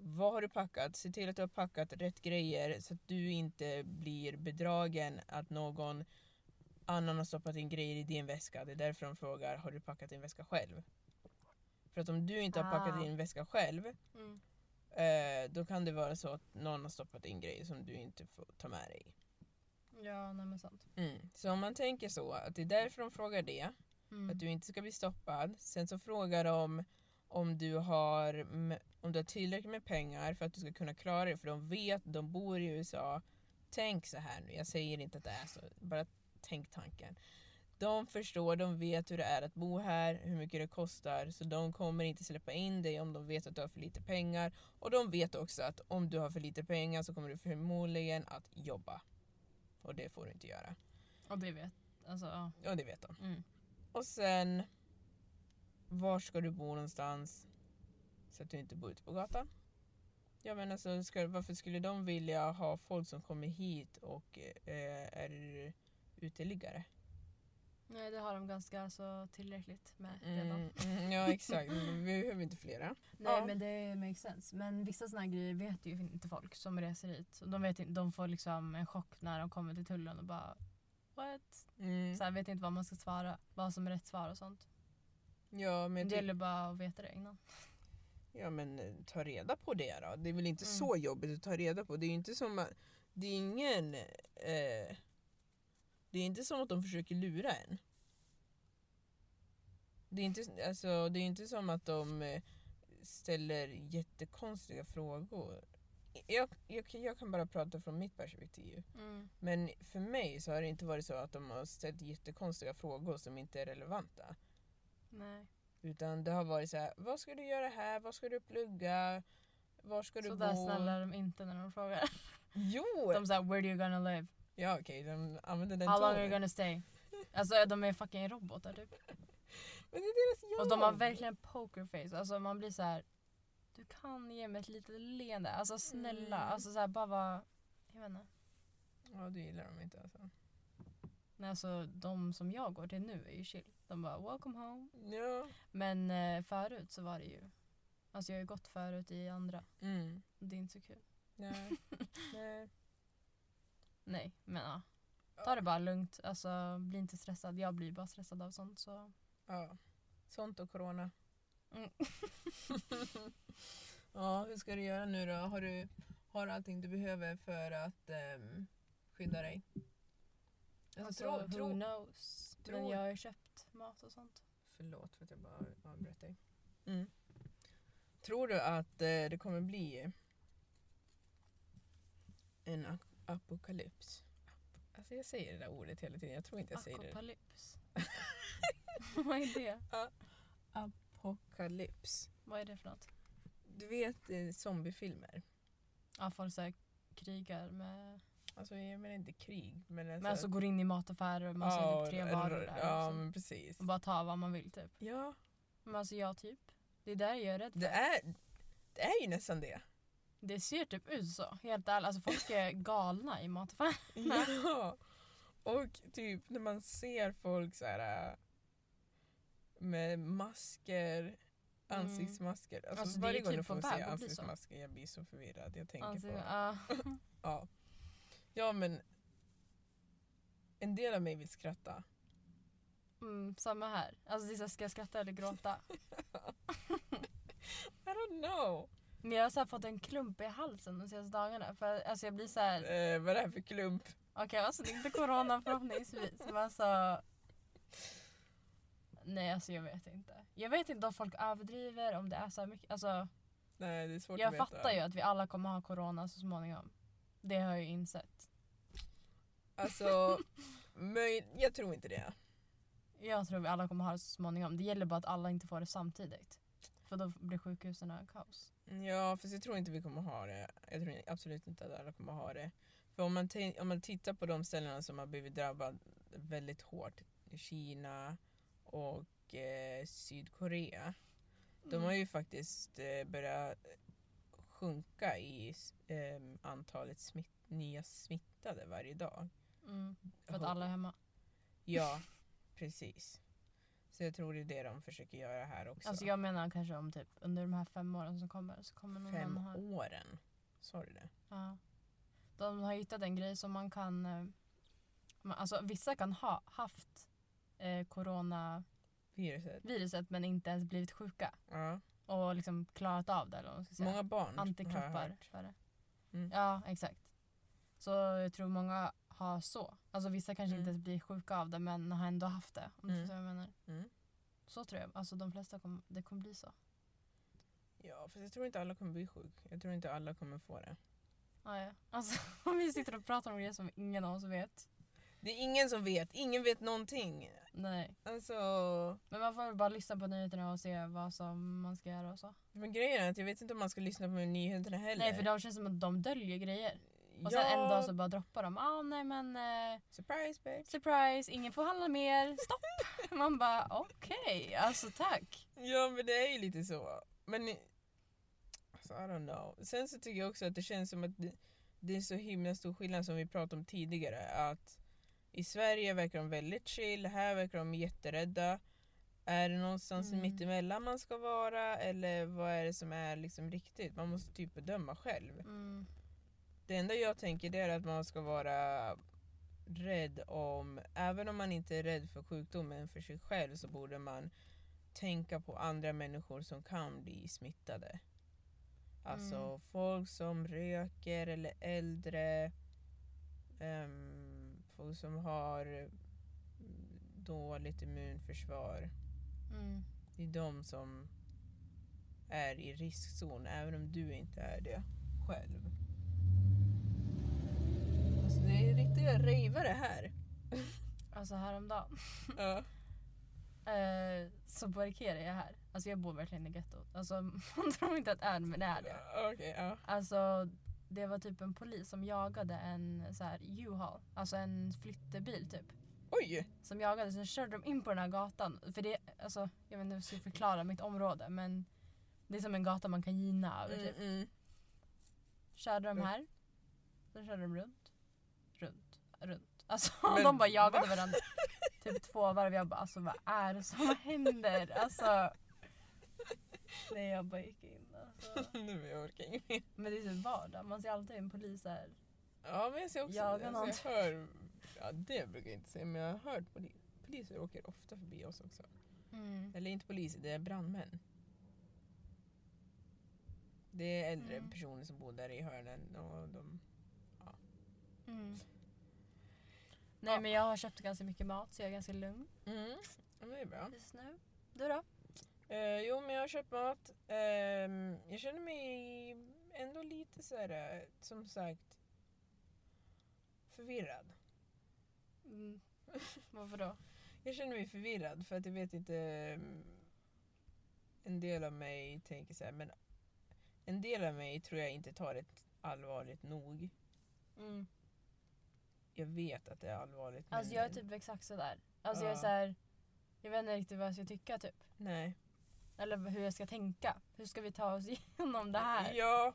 vad har du packat? Se till att du har packat rätt grejer så att du inte blir bedragen att någon annan har stoppat in grejer i din väska. Det är därför de frågar, har du packat din väska själv? För att om du inte har packat
Ah.
din väska själv,
Mm.
eh, då kan det vara så att någon har stoppat in grejer som du inte får ta med dig.
Ja, nej men sant.
Mm. Så om man tänker så, att det är därför de frågar det,
Mm.
att du inte ska bli stoppad. Sen så frågar de om du har, m- om du har tillräckligt med pengar för att du ska kunna klara det, för de vet, de bor i USA. Tänk så här nu, jag säger inte att det är så, bara tänk tanken. De förstår, de vet hur det är att bo här, hur mycket det kostar, så de kommer inte släppa in dig om de vet att du har för lite pengar. Och de vet också att om du har för lite pengar så kommer du förmodligen att jobba. Och det får du inte göra.
Och det vet, alltså ja.
Och det vet de.
Mm.
Och sen, var ska du bo någonstans? Så att du inte bor ute på gatan. Jag menar, så ska, varför skulle de vilja ha folk som kommer hit och eh, är uteliggare?
Nej, det har de ganska så tillräckligt med redan.
Mm, mm, ja, exakt. Vi behöver inte flera.
Nej
Ja.
men det makes sense. Men vissa såna här grejer vet ju inte folk som reser hit. Och De, vet inte, de får liksom en chock när de kommer till tullen och bara What?
Mm.
Så här, vet inte vad man ska svara, vad som är rätt svar och sånt.
Ja, men,
Men
jag
det
tyck-
gäller bara att veta det innan.
ja, men eh, ta reda på det då. Det är väl inte
Mm.
så jobbigt att ta reda på. Det är ju inte som att... Det är ingen... Eh, det är inte som att de försöker lura en. Det är inte, alltså, det är inte som att de eh, ställer jättekonstiga frågor. Jag, jag, kan- jag kan bara prata från mitt perspektiv.
Mm.
Men för mig så har det inte varit så att de har ställt jättekonstiga frågor som inte är relevanta.
Nej.
Utan det har varit så här, vad ska du göra här? Vad ska du plugga? Var ska du
Så
bo?
där snälla de inte när de frågar.
Jo!
De säger “Where are you gonna live?
Ja okej, de använder den
How long are
tonen.
you gonna stay?” Alltså de är fucking robotar typ.
Men det är deras jobb!
Och de har verkligen pokerface. Alltså man blir så här. Du kan ge mig ett litet leende. Alltså snälla.
Mm.
Alltså så här, bara vara... Jag vet inte.
Ja, du gillar dem inte alltså.
Nej, alltså de som jag går till nu är ju chill. De bara “welcome home”.
Ja.
Men eh, förut så var det ju... Alltså jag har ju gått förut i andra.
Mm.
Det är inte så kul.
Nej. Nej.
Nej, men ja. Ta det bara lugnt. Alltså bli inte stressad. Jag blir bara stressad av sånt så...
Ja. Sånt och corona.
Mm.
Ja, hur ska du göra nu då? Har du har du allting du behöver för att ehm, skydda dig? Alltså,
Alltså,
tro,
who
tro,
knows?
tro-
Men jag har ju köpt mat och sånt.
förlåt för att jag bara avbröt dig. Mm. Tror du att eh, det kommer bli en ak- apokalyps? Ap- Alltså jag säger det där ordet hela tiden, jag tror inte jag säger det.
Akopalyps. Vad är det?
Apokalyps.
Vad är det för något?
Du vet eh, zombiefilmer?
Ja, folk så här krigar med...
Alltså jag menar inte krig men alltså...
Men alltså går in i mataffärer och man ser typ tre
ja,
varor där.
Ja
liksom.
men precis.
Och bara tar vad man vill typ.
Ja,
Men alltså jag typ. Det är där jag är rädd
det är, det är ju nästan det.
Det ser typ ut så. Helt ärligt. Alltså folk är galna i mataffärer. Mm.
Ja. Och typ när man ser folk så här äh, med masker, ansiktsmasker. Alltså,
Mm. Alltså, det är
varje
ju
gång
typ
jag får
på
se
väg att bli så.
ansiktsmasker jag blir så förvirrad. Jag tänker
Alltså,
på...
ja.
Ja. ja men en del av mig vill skratta.
mm, samma här. Alltså det är så här, ska jag skratta eller gråta?
I don't know.
Men jag har så här, fått en klump i halsen de senaste dagarna. För alltså jag blir så här.
Eh, vad är det här för klump?
Okej, alltså det är inte corona förhoppningsvis. Men alltså... Nej, alltså jag vet inte. Jag vet inte om folk överdriver, om det är så här mycket. Alltså,
Nej det är svårt att
jag
veta.
fattar ju att vi alla kommer ha corona så småningom. Det har jag ju insett.
Alltså, möj- jag tror inte det.
Jag tror vi alla kommer ha det så småningom. Det gäller bara att alla inte får det samtidigt. För då blir sjukhusen en kaos.
Ja, för jag tror inte vi kommer ha det. Jag tror absolut inte att alla kommer ha det. För om man, tän- om man tittar på de ställena som har blivit drabbade väldigt hårt, Kina och eh, Sydkorea, de
Mm.
har ju faktiskt eh, börjat sjunka i s- ehm, antalet smitt- nya smittade varje dag.
Mm, för att alla är hemma.
Ja, precis. Så jag tror det är det de försöker göra här också.
Alltså jag menar kanske om typ under de här fem åren som kommer så kommer någon
Fem
annan ha
åren. Sa du det?
Ja. De har hittat en grej som man kan... eh, man- Alltså vissa kan ha haft eh, coronaviruset
Viruset?
men inte ens blivit sjuka
Ja.
och liksom klarat av det. Eller vad man ska säga.
Många barn har jag
Antikroppar
hört.
för det.
Mm.
Ja, exakt. Så jag tror många har så. Alltså vissa kanske
Mm.
inte ens blir sjuka av det men har ändå haft det. Om du
Mm.
förstår vad jag menar.
Mm.
Så tror jag. Alltså de flesta kommer, det kommer bli så.
Ja, för jag tror inte alla kommer bli sjuka. Jag tror inte alla kommer få det.
Ja, ja. Alltså vi sitter och pratar om grejer som ingen av oss vet.
Det är ingen som vet. Ingen vet någonting.
Nej.
Alltså...
Men man får väl bara lyssna på nyheterna och se vad som man ska göra och så.
Men grejen är att jag vet inte om man ska lyssna på nyheterna heller.
Nej för de känns som att de döljer grejer.
ja,
Och sen en dag så bara droppar de. Ah nej men eh,
Surprise babe!
surprise, ingen får handla mer, stopp! Man bara okej, alltså tack.
Ja, men det är ju lite så. Men... eh, Alltså, I don't know. Sen så tycker jag också att det känns som att det, det är så himla stor skillnad som vi pratade om tidigare. Att i Sverige verkar de väldigt chill, här verkar de jätterädda. Är det någonstans
Mm.
mittemellan man ska vara eller vad är det som är liksom riktigt? Man måste typ bedöma själv.
Mm.
Det enda jag tänker det är att man ska vara rädd om, även om man inte är rädd för sjukdomen för sig själv så borde man tänka på andra människor som kan bli smittade. Alltså
Mm.
folk som röker eller äldre, ehm, folk som har mm, dåligt immunförsvar.
Mm.
Det är de som är i riskzon, även om du inte är det själv. Alltså, det är riktiga rejvare här.
Alltså häromdagen
Ja.
eh, så parkerar jag här. Alltså jag bor verkligen i gettot. Alltså man tror inte att det är men det är det.
Okej, ja.
Alltså det var typ en polis som jagade en så här U-haul. Alltså en flyttebil typ.
Oj!
som jagade. Sen körde de in på den här gatan. För det, alltså, jag vet inte hur jag ska förklara mitt område men det är som en gata man kan gina över.
Mm,
Typ.
mm.
Körde de
Mm.
här. Sen körde de runt. Runt. Runt. Alltså
Men
de bara jagade
va?
varandra. Typ två varv. Jag bara alltså vad är det som händer? Alltså. Nej jag bara gick in. Alltså.
nu jag orkar inget mer.
Men det är typ vardag. Man ser alltid en polis här.
Ja, men jag ser också...
Jaga
alltså,
någon.
jag hör... Ja, det brukar jag inte säga, men jag har
Mm.
hört poli- poliser åker ofta förbi oss också. Eller inte poliser, det är brandmän. Det är äldre
Mm.
personer som bor där i hörnen. Och de,
Mm. Nej
Ja.
men jag har köpt ganska mycket mat så jag är ganska lugn
mm. ja, men det är bra.
just nu. Du då?
Eh, jo, men jag har köpt mat. Ehm, jag känner mig ändå lite så här, eh, som sagt, förvirrad.
Mm. Varför då?
Jag känner mig förvirrad för att jag vet inte... mm, En del av mig tänker så här, men en del av mig tror jag inte tar det allvarligt nog.
Mm.
Jag vet att det är allvarligt.
Alltså
men-
jag är typ exakt sådär. Alltså jag är
Ja.
såhär, jag vet inte riktigt vad jag ska tycka typ.
Nej.
Eller hur jag ska tänka. Hur ska vi ta oss igenom det här?
Ja.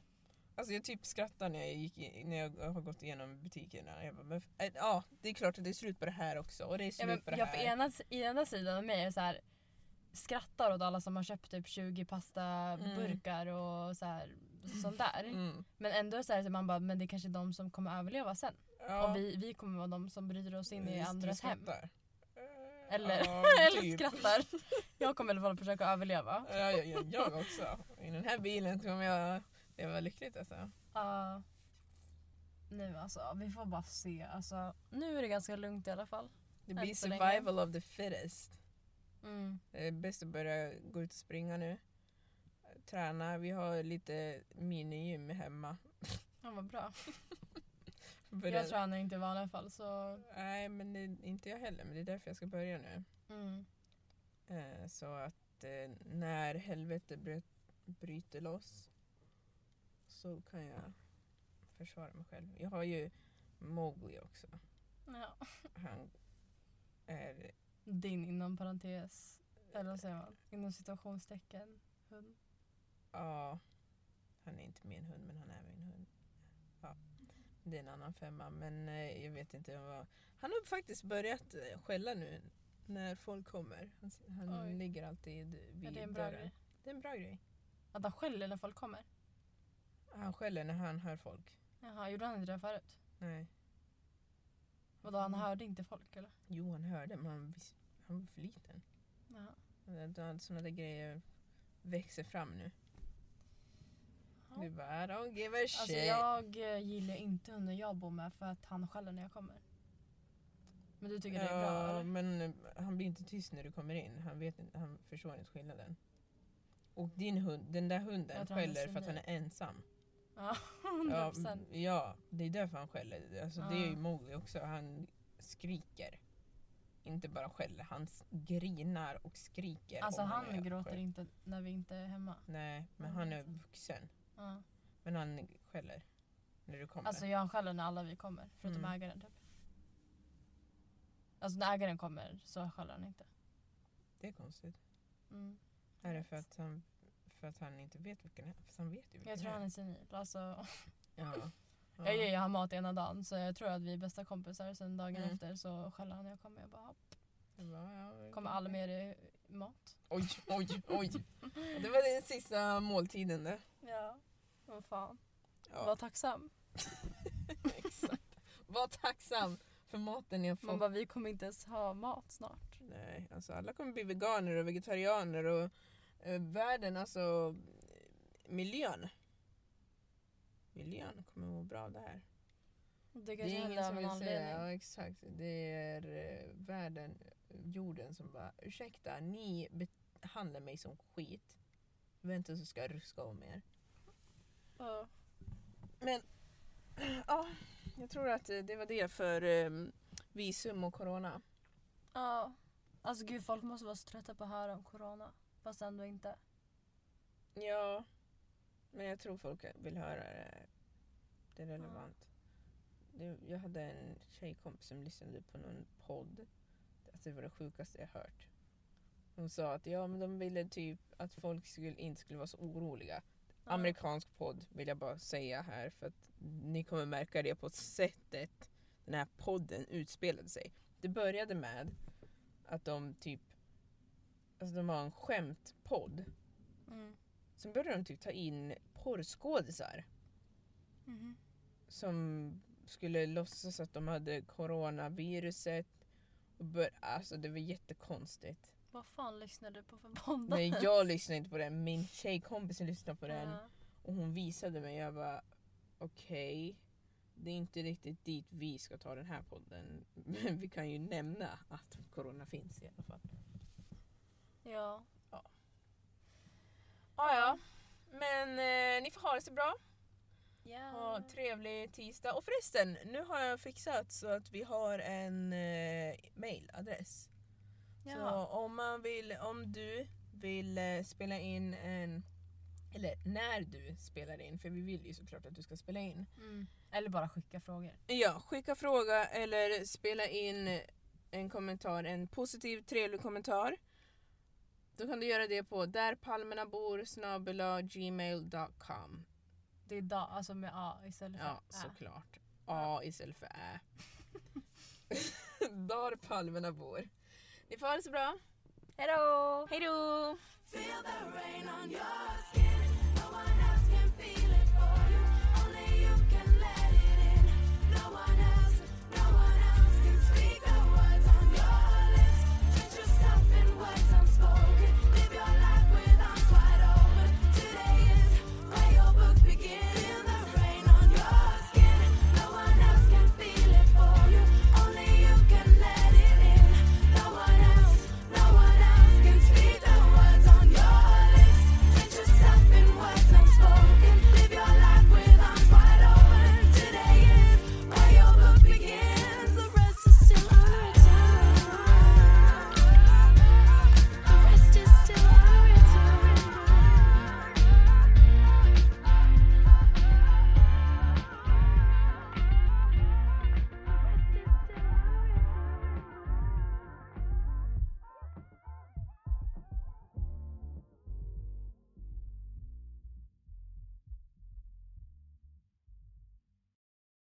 Alltså jag typ skrattar när jag, gick i, när jag har gått igenom butikerna. Jag bara, men, f- äh, ja, det är klart att det är slut på det här också. Och det är
Ja,
slut
men
på det
jag på
här.
ena, s- ena sidan av mig är så här, skrattar åt alla som har köpt typ 20 Mm. pastaburkar och så här, sånt där.
Mm.
Men ändå är det så här, så man bara, men det är kanske är de som kommer överleva sen.
Ja.
Och vi, vi kommer vara de som bryter oss in
Just
i
det,
andras hem.
skrattar. Eh,
Eller-
ja,
Eller
typ.
skrattar. Jag kommer i alla fall försöka överleva.
Ja, jag, jag, jag också. I den här bilen kommer jag leva lyckligt alltså.
Ja. nu alltså, vi får bara se. Alltså, nu är det ganska lugnt i alla fall.
Det
Än
blir
så länge.
survival of the fittest.
Mm.
Det är bäst att börja gå ut och springa nu. Träna. Vi har lite minigym hemma.
Ja, vad bra.
Börja-
Jag tränar inte i vanliga fall så...
Nej, men det, inte jag heller. Men det är därför jag ska börja nu.
Mm.
Eh, så att eh, när helvetet bry- bryter loss så kan jag försvara mig själv. Jag har ju Mowgli också.
Ja.
Han är...
Din inom parentes. Eller vad säger man? Inom situationstecken. Hund.
Ja, han är inte min hund men han är min hund. Ja, det är en annan femma men eh, jag vet inte vad... Han har faktiskt börjat eh, skälla nu när folk kommer. Han, s-
Oj.
han ligger alltid vid
Är det en bra
dörren.
grej?
Det är en bra grej.
Att han skäller när folk kommer?
Han skäller när han hör folk.
Jaha, gjorde han inte det förut?
Nej.
Vadå, han hörde inte folk eller?
Jo, han hörde men han, vis- han var för liten.
Jaha.
Sådana där grejer växer fram nu.
Ja.
Du bara I don't give a shit.
Alltså jag eh, gillar inte hunden jag bor med för att han skäller när jag kommer. Men du tycker det är bra
Ja,
eller?
men eh, han blir inte tyst när du kommer in. Han, vet inte, han förstår inte skillnaden. Och din hund, den där hunden
Jag tror han är
skäller för att han
senil.
är ensam.
Ja,
Ja,
100%.
m- ja, det är därför han skäller. Alltså, Det är ju
Ja.
Mowgli också. Han skriker. Inte bara skäller, han s- grinar och skriker.
Alltså
om
han
är
gråter
själv.
inte när vi inte är hemma.
Nej, men
Ja,
han
det är
är
sant.
vuxen.
Ja.
Men han skäller när du kommer.
Alltså jag skäller när alla vi kommer, förutom
Mm.
ägaren typ. Alltså när ägaren kommer så skäller han inte.
det är konstigt.
Mm.
Är det för att han, för att han inte vet vilken det är? Fast han vet ju vilken
Jag tror
det
han är senil. Alltså,
Ja. Ja.
Jag ger ju han mat ena dagen så jag tror att vi är bästa kompisar. Sen dagen
Mm.
efter så skäller han när jag kommer. Jag bara,
Jag bara, ja,
kommer alla med dig mat?
Oj, oj, oj. Det var den sista måltiden det.
Ja, vad fan. Var
Ja,
tacksam.
exakt. Var tacksam för maten jag
Man
fått.
bara, vi kommer inte ens ha mat snart.
Nej, alltså alla kommer bli veganer och vegetarianer och eh, världen, alltså eh, miljön. Miljön kommer må bra av det här.
Det
Det är
kanske
ingen
händer av
som
en
vill säga,
anledning.
ja exakt. Det är eh, världen, jorden som bara ursäkta, ni behandlar mig som skit. Vänta så ska jag ruska om er.
Ja.
Men ja, jag tror att eh, det var det för eh, visum och corona.
Ja. Alltså gud, folk måste vara så trötta på att höra om corona. Fast ändå inte.
Ja, men jag tror folk vill höra det. Det är relevant. Det- Jag hade en tjejkompis som lyssnade på någon podd. Alltså det var det sjukaste jag hört. Hon sa att ja, men de ville typ att folk skulle, inte skulle vara så oroliga.
Ja.
Amerikansk podd vill jag bara säga här för att ni kommer märka det på sättet den här podden utspelade sig. Det började med att de typ, alltså de har en skämtpodd.
Mm.
Sen började de typ ta in porrskådisar
Mhm.
som skulle låtsas att de hade coronaviruset. Och bör- alltså det var jättekonstigt.
Vad fan lyssnade du på för bondar?
Nej jag lyssnade inte på den, min tjejkompis lyssnade på den. Och hon visade mig jag bara okej. det är inte riktigt dit vi ska ta den här podden. Men vi kan ju nämna att corona finns i alla fall.
Ja.
Ah, ja. Men eh, ni får ha det så bra. Ha
Ja. typ
trevlig tisdag. Och förresten, nu har jag fixat så att vi har en eh, mailadress. Så
Ja.
om, man vill, om du vill eh, spela in en... Eller när du spelar in, för vi vill ju såklart att du ska spela in.
Mm. Eller bara skicka frågor.
Ja, skicka fråga eller spela in en kommentar, en positiv, trevlig kommentar. Då kan du göra det på därpalmernabor gmail.com.
Det är da, alltså med A istället för
Ja,
Ä.
såklart. A istället för Ä. Där palmerna bor. Ni får ha det så bra.
Hejdå!
Hej då!
Feel the rain on your skin. No one else can feel it.